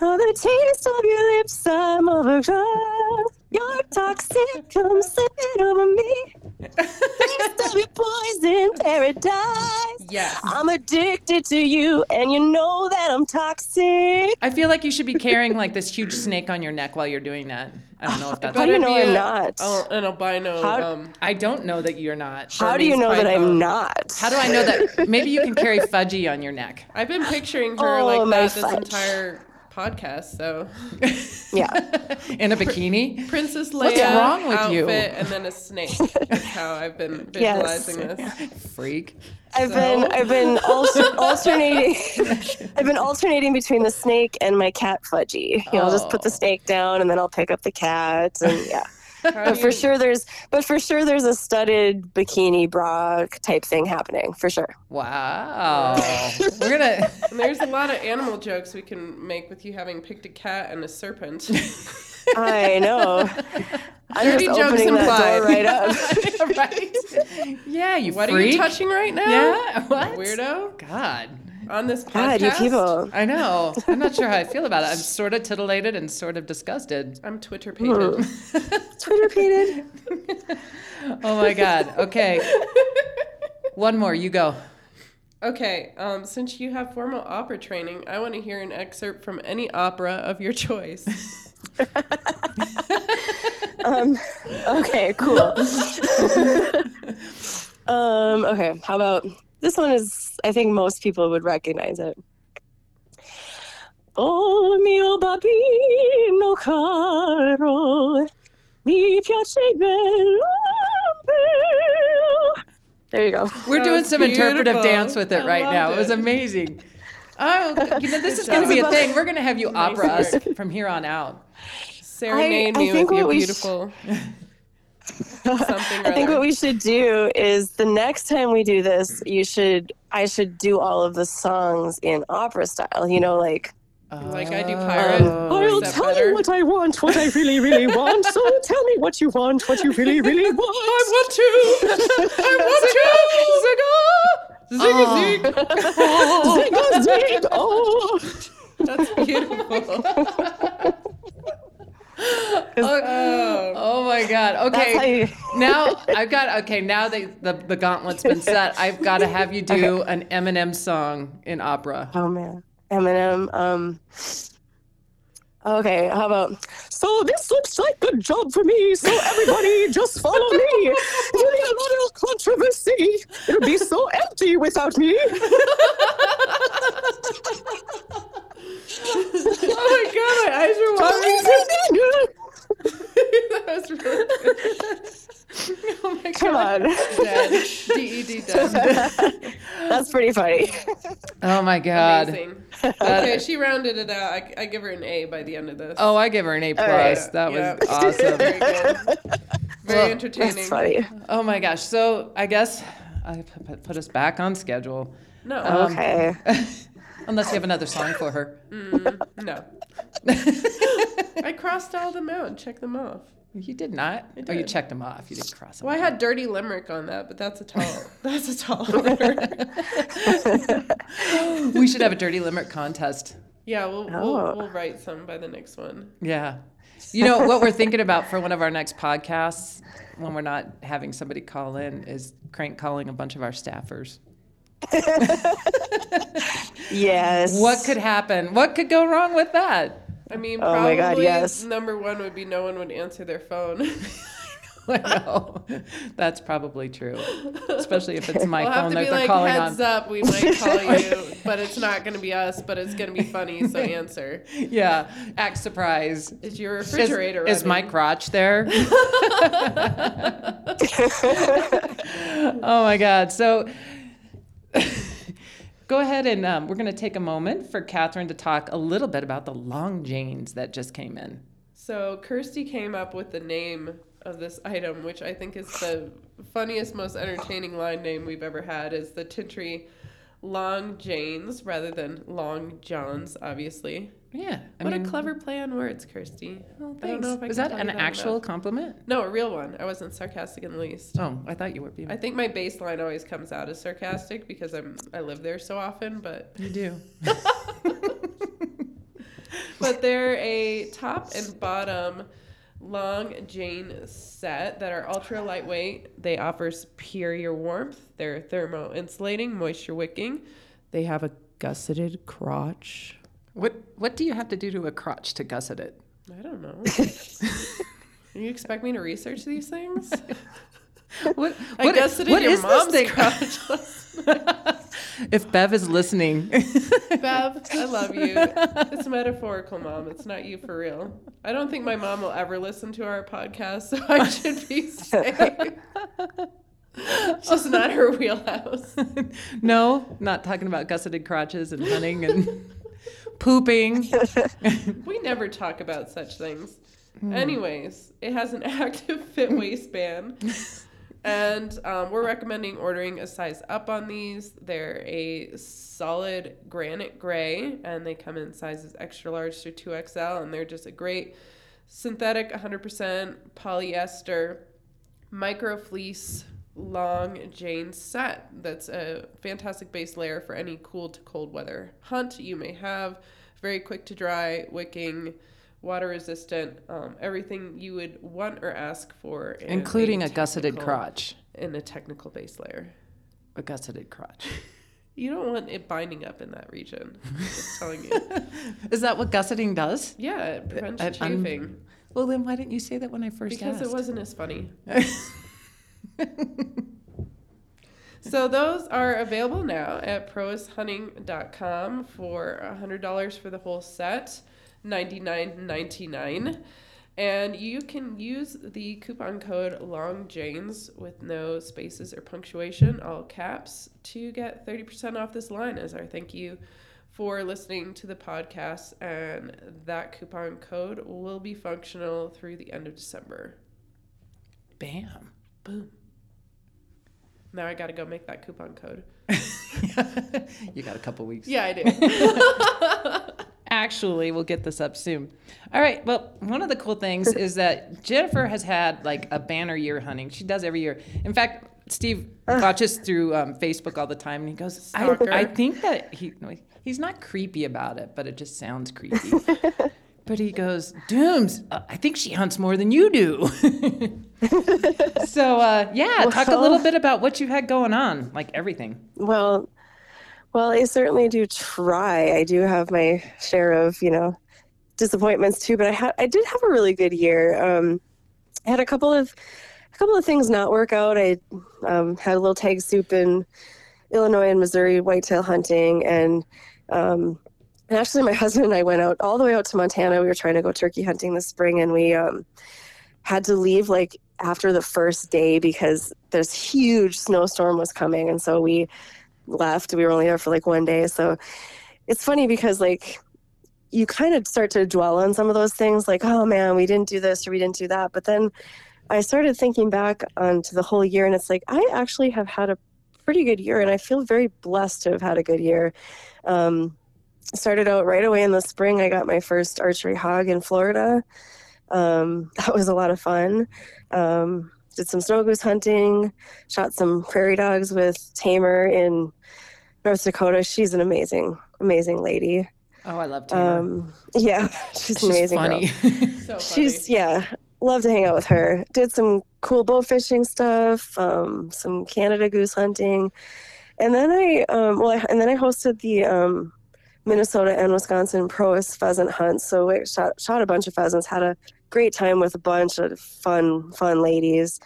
D: Oh, the taste of your lips, I'm overdone. Your toxic, come slip it over me. Taste of your poison paradise.
C: Yes.
D: I'm addicted to you, and you know that I'm toxic.
A: I feel like you should be carrying like this huge snake on your neck while you're doing that. I don't know if that's.
D: How do you
C: Better
D: know
C: be
D: I'm
C: a-
D: not?
C: Oh, an albino.
D: How-
C: um,
A: I don't know that you're not.
D: How do you
C: Burmese
D: know that I'm
C: python.
D: not?
A: How do I know that? Maybe you can carry fudgy on your neck.
C: I've been picturing her
D: Oh,
C: like
D: my
C: that this
D: fudge.
C: entire podcast. So
D: Yeah.
A: In a bikini.
C: Princess Leia
A: What's wrong with
C: outfit
A: you?
C: and then a snake. That's how I've been
D: Yes.
C: visualizing this.
A: Freak.
D: I've been I've been alter- alternating I've been alternating between the snake and my cat Fudgy. You know, I'll just put the
A: Oh.
D: snake down and then I'll pick up the cat and yeah.
C: How
D: But
C: do
D: for
C: you-
D: sure there's but for sure there's a studded bikini bra type thing happening for sure.
A: Wow. We're gonna.
C: And there's a lot of animal jokes we can make with you having picked a cat and a serpent.
D: I know. I'm
C: Dirty
D: just
C: jokes
D: opening Uh,
C: implied.
D: that door right up.
A: right. Yeah, you
C: What are
A: freak.
C: you touching right now?
A: Yeah. What?
C: Weirdo?
A: God.
C: On this podcast?
D: God, you people.
A: I know. I'm not sure how I feel about it. I'm sort of titillated and sort of disgusted.
C: I'm Twitter pated.
D: Twitter painted.
A: Oh my God. Okay. One more. You go.
C: okay, um, since you have formal opera training, I want to hear an excerpt from any opera of your choice.
D: Um, okay, cool. um, okay, how about this one? Is I think most people would recognize it. Oh mio bambino caro, mi piacerebbe There you go.
A: We're
C: That
A: doing
C: was
A: some interpretive
C: beautiful.
A: dance with it
C: I
A: right now. It.
C: loved
A: was
C: it.
A: amazing. Oh, you know, this is
C: Good
A: going to be a
D: job.
A: thing. We're going to have you opera us
C: work.
A: from here on out.
C: Serenade
D: I- I
C: me
D: think
C: with your
D: what we sh-
C: beautiful something or
D: I think
C: other.
D: what we should do is the next time we do this, you should I should do all of the songs in opera style. You know, like
C: Like I do
A: Oh.
C: pirate.
D: I'll
C: that
D: tell
C: better?
D: you what I want, what I really, really want. So tell me what you want, what you really, really want.
A: What two? I want two.
C: Oh.
A: Zigga. Zigga zig.
D: Zing, oh, zing, oh.
C: That's beautiful. oh,
A: Oh my God.
D: That's how
A: Okay.
D: you-
A: Now I've got okay. Now that the the gauntlet's been set, I've got to have you do an Eminem song in opera.
D: Oh man, Eminem. Um. Okay, how about? So this looks like a job for me. So everybody, just follow me. without me?
C: Oh my god, my eyes were watering. that was really good.
B: Oh my
D: Come
B: God.
D: on.
C: Dead. DED dead.
D: That's pretty funny.
A: Oh my god.
C: Amazing. Okay, she rounded it out. I, I give her an A by the end of this.
A: Oh, I give her an A plus.
D: right.
A: That
C: Yeah.
A: was awesome.
C: Very good. Very
A: Well,
C: entertaining.
D: That's funny.
A: oh my gosh. So I guess I p- p- put us back on schedule.
C: No,
A: Um,
D: Okay.
A: Unless you have another song for her.
C: um, no. I crossed all them out. Check them off.
A: You did not. Oh, you
C: did.
A: checked them off. You didn't cross them.
C: Well, I had dirty limerick on that, but that's a tall. that's a tall order.
A: we should have a dirty limerick contest.
C: yeah, we'll,
D: Oh.
C: we'll we'll write some by the next one.
A: Yeah. You know what we're thinking about for one of our next podcasts when we're not having somebody call in is crank calling a bunch of our staffers.
D: Yes.
A: What could happen? What could go wrong with that?
C: I mean,
D: Oh
C: probably
D: my God, yes.
C: number one would be no one would answer their phone.
A: I know. That's probably true. Especially if it's my
C: we'll have
A: phone
C: to
A: that
C: be
A: they're
C: like
A: calling
C: heads
A: on.
C: up, we might call you, but it's not going to be us, but it's going to be funny. So answer.
A: Yeah. Act surprise.
C: Is your
A: Is,
C: refrigerator
A: is my
C: running?
A: crotch there? oh my God. So go ahead and um, we're going to take a moment for Catherine to talk a little bit about the long jeans that just came in.
C: So Kirsty came up with the name of this item, which I think is the funniest, most entertaining line name we've ever had. Is the Tintry Long Janes rather than Long Johns, obviously.
A: Yeah. I
C: what
A: mean,
C: a clever play on words, Kirsty. I don't
A: Mm. thanks.
C: know if I
A: Is
C: can
A: that
C: tell
A: an
C: you enough.
A: actual compliment?
C: No, a real one. I wasn't sarcastic in the least.
A: Oh, I thought you were being.
C: I think my baseline always comes out as sarcastic because I'm I live there so often, but
A: you do.
C: but they're a top and bottom long jane set that are ultra lightweight they offer superior warmth they're thermo insulating moisture wicking they have a gusseted crotch
A: What What do you have to do to a crotch to gusset it?
C: i don't know you expect me to research these things
A: What,
C: i gusseted your mom's crotch
A: if Bev is listening,
C: Bev, I love you. It's metaphorical, mom. It's not you for real. I don't think my mom will ever listen to our podcast, so I should be safe. It's just not her wheelhouse.
A: no, not talking about gusseted crotches and hunting and pooping.
C: We never talk about such things. Anyways, it has an active fit waistband. And um, we're recommending ordering a size up on these. They're a solid granite gray, and they come in sizes extra large to 2XL, and they're just a great synthetic 100% polyester micro fleece long jane set that's a fantastic base layer for any cool to cold weather hunt you may have very quick to dry wicking water resistant um, everything you would want or ask for in
A: Including a gusseted
C: technical-
A: crotch.
C: in a technical base layer
A: A gusseted crotch.
C: you don't want it binding up in that region just telling you
A: Is that what gusseting does?
C: yeah it prevents
A: I- I'm-
C: chafing
A: Well, then why didn't you say that when I first
C: because it
A: asked?
C: wasn't as funny
A: was.
C: So those are available now at proishunting.com for $100 for the whole set, $99.99. And you can use the coupon code LONGJANES with no spaces or punctuation, all caps, to get 30% off this line as our thank you for listening to the podcast. And that coupon code will be functional through the end of December.
A: Bam.
C: Now I got to go make that coupon code.
A: you got a couple weeks.
C: Yeah, I do.
A: actually we'll get this up soon all right well one of the cool things is that jennifer has had like a banner year hunting she does every year in fact steve watches through um, facebook all the time and he goes I,
C: Stalker.
A: I think that he no, he's not creepy about it but it just sounds creepy but he goes dooms uh, i think she hunts more than you do so uh, yeah talk a little
D: Well-
A: bit about what you had going on like everything
D: Well, well, I certainly do try. I do have my share of, you know, disappointments too, but I had I did have a really good year. Um, I had a couple of a couple of things not work out. I um, had a little tag soup in Illinois and Missouri whitetail hunting, and um, and actually my husband and I went out all the way out to Montana. We were trying to go turkey hunting this spring, and we um, had to leave like after the first day because this huge snowstorm was coming, and so we left. We were only there for like one day, so it's funny because like you kind of start to dwell on some of those things like oh man we didn't do this or we didn't do that but then i started thinking back onto the whole year and it's like i actually have had a pretty good year and i feel very blessed to have had a good year um, started out right away in the spring i got my first archery hog in florida um, that was a lot of fun um, did some snow goose hunting shot some prairie dogs with tamer in north dakota she's an amazing amazing lady
A: Oh, I love Taylor.
D: um, yeah, she's an amazing girl.
A: funny.
B: So funny.
D: She's yeah, love to hang out with her. Did some cool boat fishing stuff, um, some Canada goose hunting, and then I um, well, I, and then I hosted the um, Minnesota and Wisconsin Proas pheasant hunt. So we shot shot a bunch of pheasants, had a great time with a bunch of fun fun ladies,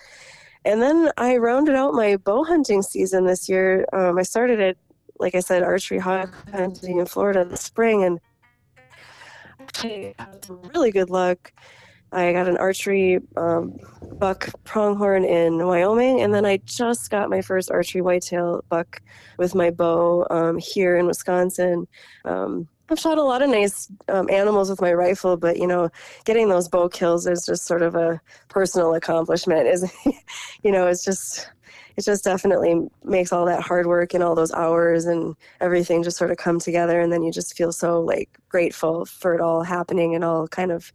D: and then I rounded out my bow hunting season this year. Um, I started it. Like I said, archery hog hunting in Florida in the spring, and I had some really good luck. I got an archery um, buck pronghorn in Wyoming, and then I just got my first archery whitetail buck with my bow um, here in Wisconsin. Um, I've shot a lot of nice um, animals with my rifle, but you know, getting those bow kills is just sort of a personal accomplishment. Is you know, it's just it just definitely makes all that hard work and all those hours and everything just sort of come together and then you just feel so like grateful for it all happening and all kind of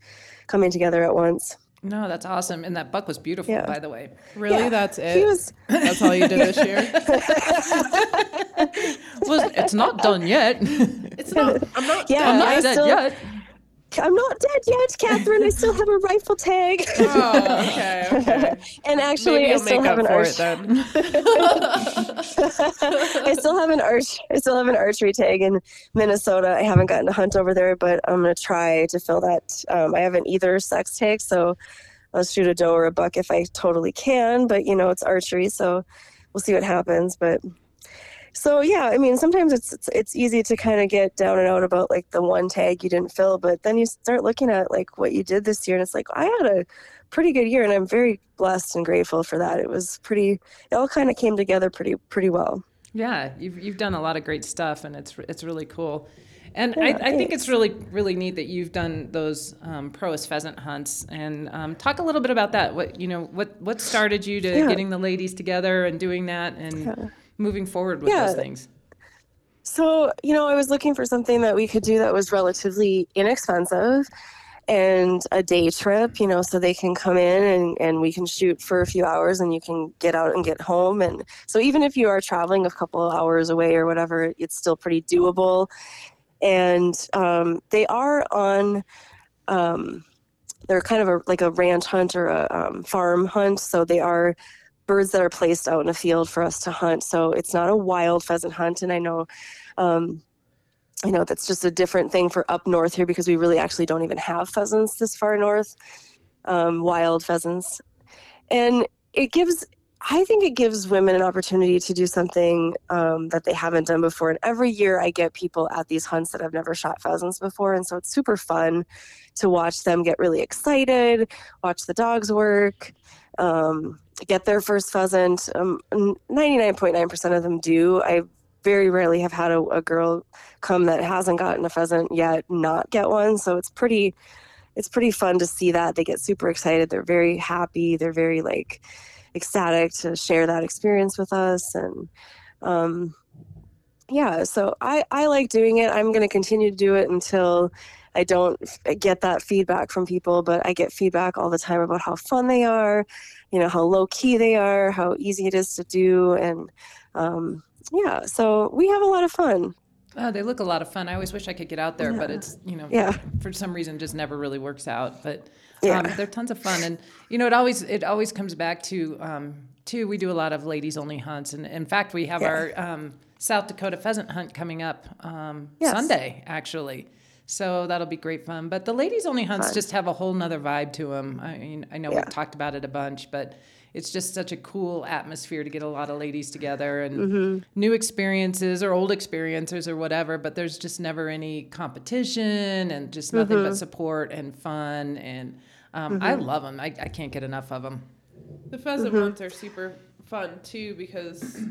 D: coming together at once
A: no, that's awesome. And that buck was beautiful,
D: Yeah.
A: by the way.
C: Really,
D: Yeah.
C: that's
D: he
C: it.
D: was
C: That's all you did this year.
A: Well, it's not done yet.
B: It's not. I'm not.
D: yeah
A: I'm not
D: I
A: dead
D: still,
A: yet.
D: I'm not dead yet catherine i still have a rifle tag
C: Oh, okay. okay.
D: and actually
C: Maybe
D: i
C: you'll
D: still
C: make
D: have
C: up
D: an
C: for
D: arch-
C: it then.
D: I still have an arch. I still have an archery tag in Minnesota. I haven't gotten to hunt over there, but I'm gonna try to fill that. Um, I have an either sex tag, so I'll shoot a doe or a buck if I totally can. But you know, it's archery, so we'll see what happens. But so yeah, I mean, sometimes it's it's, it's easy to kind of get down and out about like the one tag you didn't fill, but then you start looking at like what you did this year, and it's like I had a pretty good year, and I'm very blessed and grateful for that. It was pretty. It all kind of came together pretty pretty well.
A: Yeah, you've, you've done a lot of great stuff, and it's it's really cool. And I, I think it's really really neat that you've done those um, proas pheasant hunts. And um, talk a little bit about that. What you know, what what started you to
D: Yeah.
A: getting the ladies together and doing that and moving forward with
D: Yeah.
A: those things.
D: So, you know, I was looking for something that we could do that was relatively inexpensive and a day trip, you know, so they can come in and, and we can shoot for a few hours and you can get out and get home. And so, even if you are traveling a couple of hours away or whatever, it's still pretty doable. And um, they are on. Um, they're kind of a, like a ranch hunt or a um, farm hunt, so they are birds that are placed out in a field for us to hunt. So it's not a wild pheasant hunt, and I know um, you know that's just a different thing for up north here because we really actually don't even have pheasants this far north um, wild pheasants and it gives i think it gives women an opportunity to do something um, that they haven't done before and every year i get people at these hunts that have never shot pheasants before and so it's super fun to watch them get really excited watch the dogs work um, get their first pheasant um, 99.9% of them do i very rarely have had a, a girl come that hasn't gotten a pheasant yet not get one so it's pretty it's pretty fun to see that they get super excited they're very happy they're very like ecstatic to share that experience with us and um, yeah so i i like doing it i'm going to continue to do it until i don't f- get that feedback from people but i get feedback all the time about how fun they are you know how low key they are how easy it is to do and um, yeah so we have a lot of fun
A: Oh, they look a lot of fun. I always wish I could get out there, but it's you know,
D: Yeah.
A: for some reason, just never really works out. But
D: Yeah.
A: um, they're tons of fun, and you know, it always it always comes back to um, too. We do a lot of ladies only hunts, and in fact, we have our um, South Dakota pheasant hunt coming up um,
D: Yes.
A: Sunday, actually. So that'll be great fun. But the ladies only hunts just have a whole nother vibe to them. I mean, I know
D: Yeah.
A: we've talked about it a bunch, but it's just such a cool atmosphere to get a lot of ladies together and new experiences or old experiences or whatever. But there's just never any competition and just nothing but support and fun. And um, I love them. I, I can't get enough of them.
C: The pheasant
D: Mm-hmm.
C: ones are super fun too because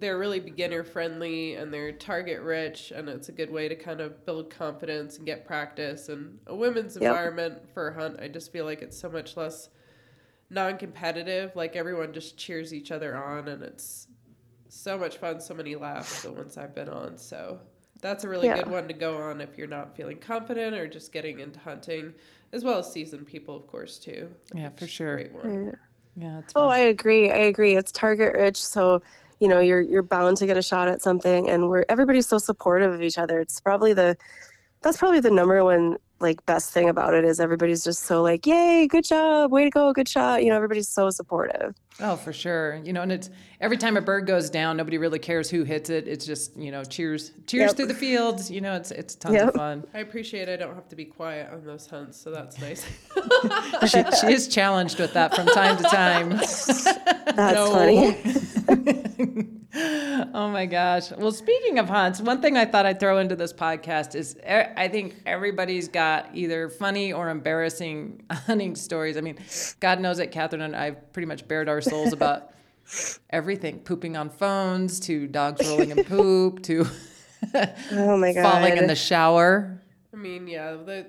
C: they're really beginner friendly and they're target rich and it's a good way to kind of build confidence and get practice and a women's
D: Yep.
C: environment for a hunt I just feel like it's so much less non-competitive like everyone just cheers each other on and it's so much fun so many laughs the ones I've been on so that's a really
D: Yeah.
C: good one to go on if you're not feeling confident or just getting into hunting as well as seasoned people of course too
A: Yeah, for
C: It's a
A: sure.
C: great
D: Mm-hmm.
C: one.
A: Yeah, it's
D: Oh, I agree. I agree. It's target rich, so you know you're you're bound to get a shot at something, and we're everybody's so supportive of each other. It's probably the that's probably the number one like best thing about it is everybody's just so like, yay, good job, way to go, good shot. You know, everybody's so supportive.
A: Oh, for sure. You know, and it's every time a bird goes down, nobody really cares who hits it. It's just you know, cheers, cheers
D: Yep.
A: through the fields. You know, it's it's tons of
D: Yep.
A: fun.
C: I appreciate I don't have to be quiet on those hunts, so that's nice.
A: She, she is challenged with that from time to time.
D: That's funny.
A: oh my gosh. Well, speaking of hunts, one thing I thought I'd throw into this podcast is e- I think everybody's got either funny or embarrassing hunting stories. I mean, God knows that Catherine and I pretty much bared our souls about everything pooping on phones to dogs rolling in poop to
D: Oh my god.
A: falling in the shower.
C: I mean, yeah, the,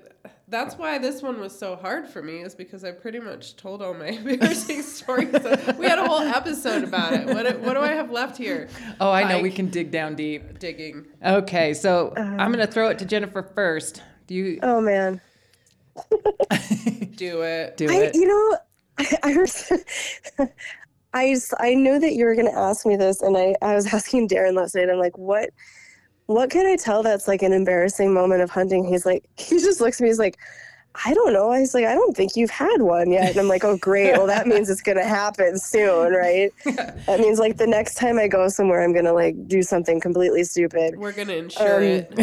C: that's why this one was so hard for me is because I pretty much told all my embarrassing stories. We had a whole episode about it. What, do- what do I have left here?
A: Oh, I know we
C: Hike.
A: can dig down deep.
C: Digging.
A: Okay, so I'm going to throw it to Jennifer first. Do you
D: Um, oh man.
C: Do it.
A: do
D: I,
A: it?
D: you know, I, I, was, I, s- I knew that you were going to ask me this, and I, I was asking Darren last night. I'm like, what, what can I tell that's like an embarrassing moment of hunting? He's like, he just looks at me. He's like, I don't know. He's like, I don't think you've had one yet. And I'm like, oh great. Well, that means it's going to happen soon, right? that means like the next time I go somewhere, I'm going to like do something completely stupid.
C: We're going to insure
D: Um,
C: it.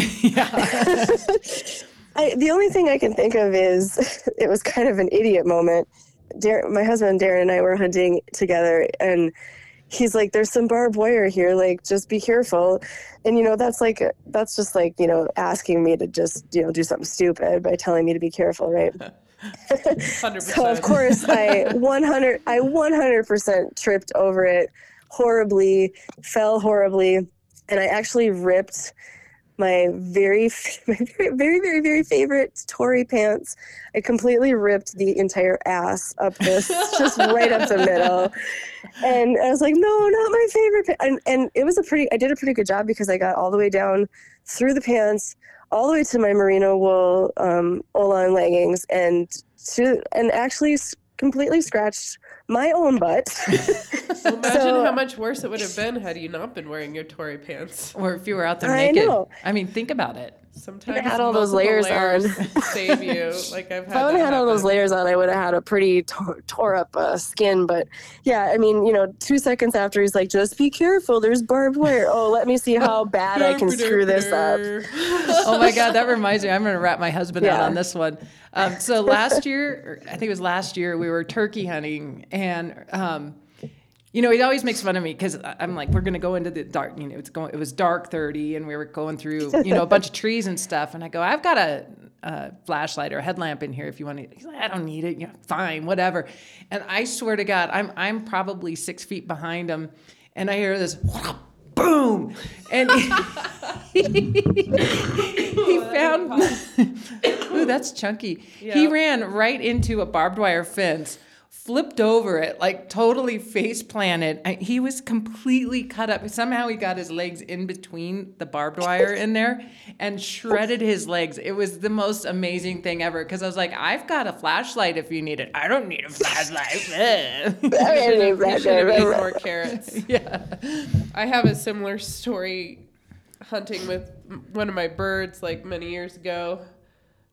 D: I, the only thing I can think of is it was kind of an idiot moment. Dar- my husband Darren and I were hunting together, and he's like, "There's some barbed wire here. Like, just be careful." And you know, that's like that's just like you know asking me to just you know do something stupid by telling me to be careful, right?
C: 100%.
D: So of course I 100 I 100% tripped over it horribly, fell horribly, and I actually ripped my very f- my very very very, very favorite Tory pants. I completely ripped the entire ass up this just right up the middle. And I was like, "No, not my favorite." pa-" And and it was a pretty I did a pretty good job because I got all the way down through the pants all the way to my merino wool um, Olan leggings and to and actually s- completely scratched my own butt.
C: Well, imagine
D: so-
C: how much worse it would have been had you not been wearing your Tory pants.
A: Or if you were out there
D: I
A: naked.
D: know.
A: I mean, think about it.
C: Sometimes
D: had all those
C: multiple
D: layers on.
C: save you. Like I've had.
D: if I would have
C: that
D: had all those
C: happen.
D: layers on, I would have had a pretty tor- tore up uh, skin. But yeah, I mean, you know, two seconds after he's like, "Just be careful. There's barbed wire." Oh, let me see how bad I can screw this up.
A: oh my god that reminds me i'm going to wrap my husband out
D: Yeah.
A: on this one um, so last year or i think it was last year we were turkey hunting and um, you know he always makes fun of me because i'm like we're going to go into the dark you know it's going it was dark 30 and we were going through you know a bunch of trees and stuff and i go i've got a, a flashlight or a headlamp in here if you want to he's like i don't need it you know fine whatever and i swear to god i'm i'm probably six feet behind him and i hear this boom and he found ooh that's chunky he ran right into a barbed wire fence flipped over it like totally face planted I- he was completely cut up somehow he got his legs in between the barbed wire in there and shredded his legs it was the most amazing thing ever because i was like i've got a flashlight if you need it i don't need a flashlight
C: You should have eaten more carrots. yeah. I have a similar story hunting with m- one of my birds like many years ago.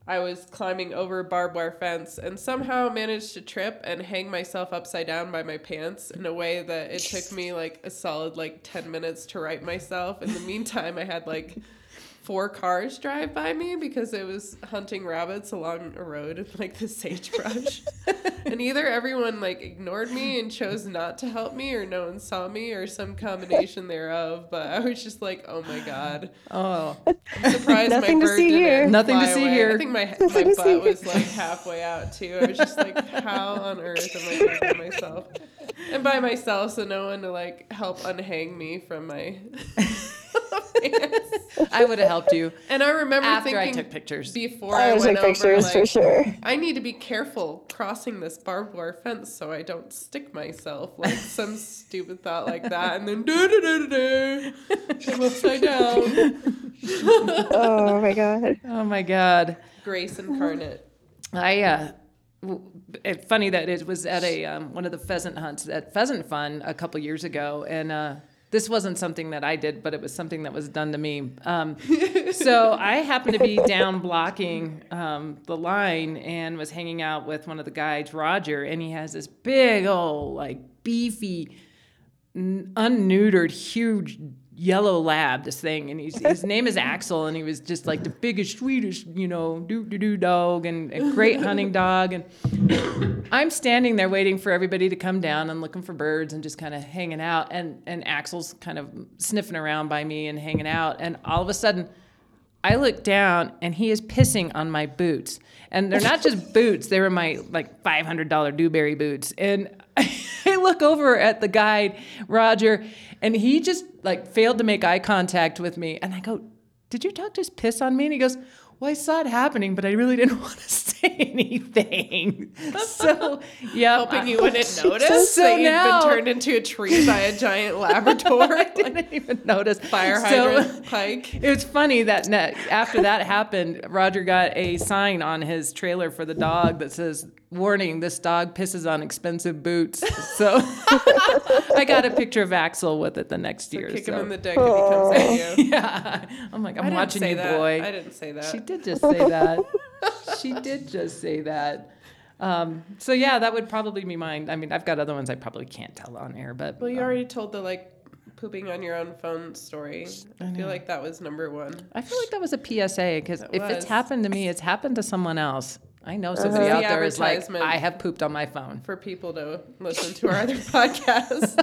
C: I was climbing over a barbed wire fence and somehow managed to trip and hang myself upside down by my pants in a way that it took me like a solid like 10 minutes to right myself. In the meantime, I had like four cars drive by me because it was hunting rabbits along a road in like the sagebrush. and either everyone like ignored me and chose not to help me or no one saw me or some combination thereof, but I was just like, "Oh my god."
A: Oh,
C: Surprised
D: Nothing
C: my
D: to
C: bird
D: see
C: didn't
D: here.
A: Nothing to
C: fly
A: see
C: away.
A: here.
C: I think my, my
D: Nothing to see
C: butt was like halfway out too. I was just like, how on earth am I going to do myself? And by myself, so no one to like help unhang me from my.
A: I would have helped you
C: and I remember
A: after I
C: thinking
A: took pictures.
C: before I,
D: I would
C: went
D: take
C: over,
D: pictures
C: like,
D: for sure.
C: I need to be careful crossing this barbed wire fence so I don't stick myself. Like some stupid thought like that, and then do do do do do, I'm upside down.
D: Oh my god.
A: Oh my god.
C: Grace incarnate.
A: I uh, w- it, funny that it was at a um, one of the pheasant hunts at Pheasant Fun a couple years ago, and uh, this wasn't something that I did, but it was something that was done to me. Um, so I happened to be down blocking um, the line and was hanging out with one of the guys, Roger, and he has this big old like beefy n- unneutered, huge yellow lab, this thing. And he's, his name is Axel, and he was just like the biggest, sweetest, you know, doo doo doo dog and a great hunting dog. And I'm standing there waiting for everybody to come down and looking for birds and just kind of hanging out. And, and Axel's kind of sniffing around by me and hanging out. And all of a sudden, I look down and he is pissing on my boots. And they're not just boots, they were my like $500 Dewberry boots. And I look over at the guide, Roger, and he just like failed to make eye contact with me. And I go, Did your dog just piss on me? And he goes, Well, I saw it happening, but I really didn't want to say anything. So, yeah.
C: hoping
A: I-
C: you wouldn't notice
A: So
C: that you've
A: now-
C: been turned into a tree by a giant Labrador
A: I didn't even notice.
C: fire
A: So-
C: hydrant pike.
A: It was funny that na- after that happened, Roger got a sign on his trailer for the dog that says, "Warning: This dog pisses on expensive boots." So I got a picture of Axel with it the next year.
C: Kick
A: so-
C: him in the dick and he comes at you.
A: yeah, I'm like,
C: I
A: I'm
C: didn't
A: watching
C: say
A: you,
C: that.
A: boy.
C: I didn't say that.
A: She did just say that. she did just say that. Um, so yeah, that would probably be mine. I mean, I've got other ones I probably can't tell on air, but
C: Well, you
A: um,
C: already told the like pooping on your own phone story. I feel like that was number one.
A: I feel like that was a PSA because if
C: was.
A: it's happened to me, it's happened to someone else. I know somebody
C: Uh-huh.
A: out
C: The
A: there is like,
C: advertisement.
A: I have pooped on my phone.
C: For people to listen to our other podcasts,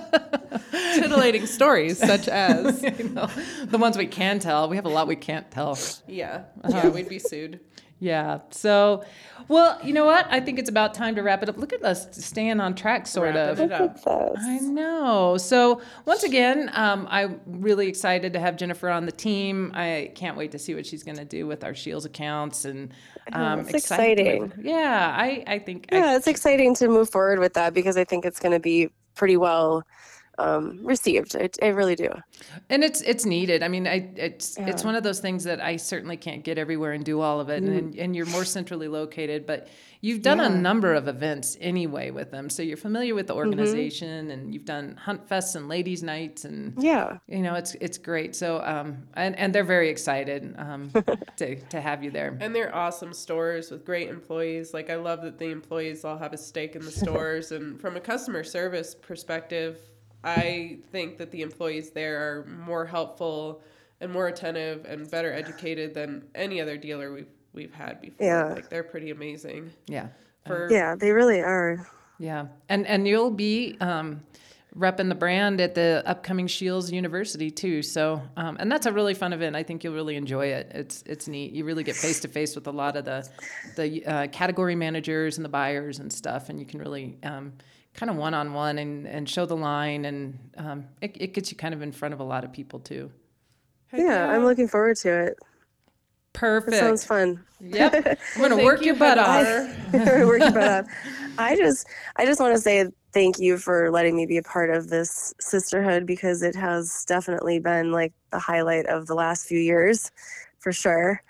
C: titillating stories such as
A: You know, the ones we can tell, we have a lot we can't tell.
C: yeah, yeah, we'd be sued.
A: Yeah. So, well, you know what? I think it's about time to wrap it up. Look at us staying on track, sort of.
C: Wrapping it up.
A: I know. So once again, um, I'm really excited to have Jennifer on the team. I can't wait to see what she's going to do with our Shields accounts, and um,
D: it's
A: excited to-
D: exciting.
A: Yeah, I, I think I
D: Yeah, it's exciting to move forward with that because I think it's going to be pretty well um, received. I, I really do.
A: and it's it's needed. I mean, I it's it's one of those things that I certainly can't get everywhere and do all of it. And and you're more centrally located, but you've done a number of events anyway with them, so you're familiar with the organization, and you've done hunt fests and ladies' nights, and
D: Yeah.
A: you know it's it's great. So um and and they're very excited um to to have you there.
C: And they're awesome stores with great employees. Like I love that the employees all have a stake in the stores. and from a customer service perspective, I think that the employees there are more helpful and more attentive and better educated than any other dealer we've we've had before.
D: Yeah.
C: Like they're pretty amazing.
A: Yeah,
C: For
D: Yeah, they really are.
A: yeah, and and you'll be. Um, Repping the brand at the upcoming Shields University too, so um, and that's a really fun event. I think you'll really enjoy it. It's it's neat. You really get face to face with a lot of the the uh, category managers and the buyers and stuff, and you can really um, kind of one on one and and show the line, and um, it, it gets you kind of in front of a lot of people too.
D: Yeah, I'm looking forward to it.
A: Perfect.
D: Sounds fun.
A: Yep. I'm gonna work your butt off.
D: Working butt up. I just, I just want to say thank you for letting me be a part of this sisterhood because it has definitely been like the highlight of the last few years, for sure.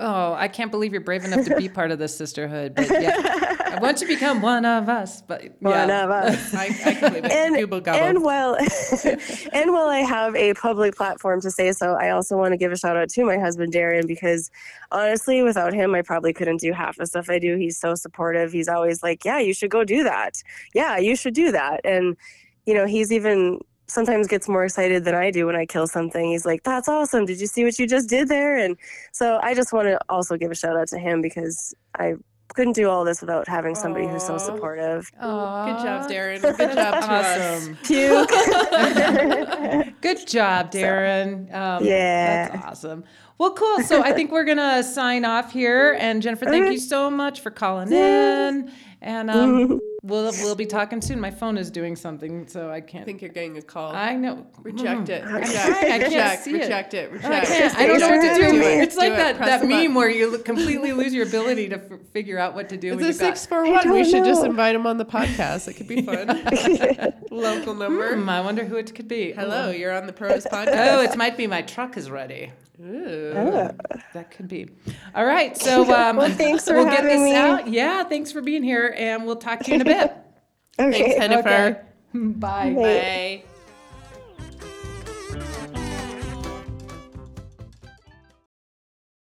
A: Oh, I can't believe you're brave enough to be part of this sisterhood. But yeah, once you become one of us, but yeah.
D: One of us.
C: I, I can believe it.
D: and,
C: Google gobble.
D: and while and while I have a public platform to say so, I also want to give a shout out to my husband Darren because honestly, without him, I probably couldn't do half the stuff I do. He's so supportive. He's always like, "Yeah, you should go do that. Yeah, you should do that." And you know, he's even sometimes gets more excited than I do when I kill something. He's like, "That's awesome! Did you see what you just did there?" And so I just want to also give a shout out to him because I couldn't do all this without having somebody who's so
C: Aw.
D: supportive.
A: Oh,
C: Good job,
A: Darren.
C: Darren. Good job to us.
A: Awesome.
D: Puke.
A: Good job, Darren. Um,
D: Yeah.
A: That's awesome. Well, cool. So I think we're going to sign off here. And Jennifer, thank
D: Okay.
A: you so much for calling in. And um, we'll, we'll be talking soon. My phone is doing something, so I
C: I
A: can't.
C: think you're getting a call.
A: I know.
C: Reject it. Reject,
A: trying. I can't
C: reject,
A: see it.
C: reject it. Oh, Reject
A: I,
C: it.
A: can't, I don't know what to
D: Just
A: do.
D: do it.
A: It's like
C: Do it.
A: that,
C: Press
A: that
C: the
A: meme
C: button.
A: where you completely lose your ability to f- figure out what to do.
C: It's
A: when
C: a
A: you've got-
C: six four
D: I
C: one. We
D: don't
C: should just
D: know.
C: invite him on the podcast. It could be fun. Local number.
A: Hmm, I wonder who it could be.
C: Hello, you're on the Pros
A: Oh,
C: podcast.
A: it might be my truck is ready.
C: Ooh.
A: That could be. All right. So um,
D: Well, thanks for
A: we'll get
D: having
A: this
D: me.
A: out. Yeah. Thanks for being here, and we'll talk to you in a bit.
D: okay.
C: Jennifer.
A: Bye.
D: Bye.
C: Bye.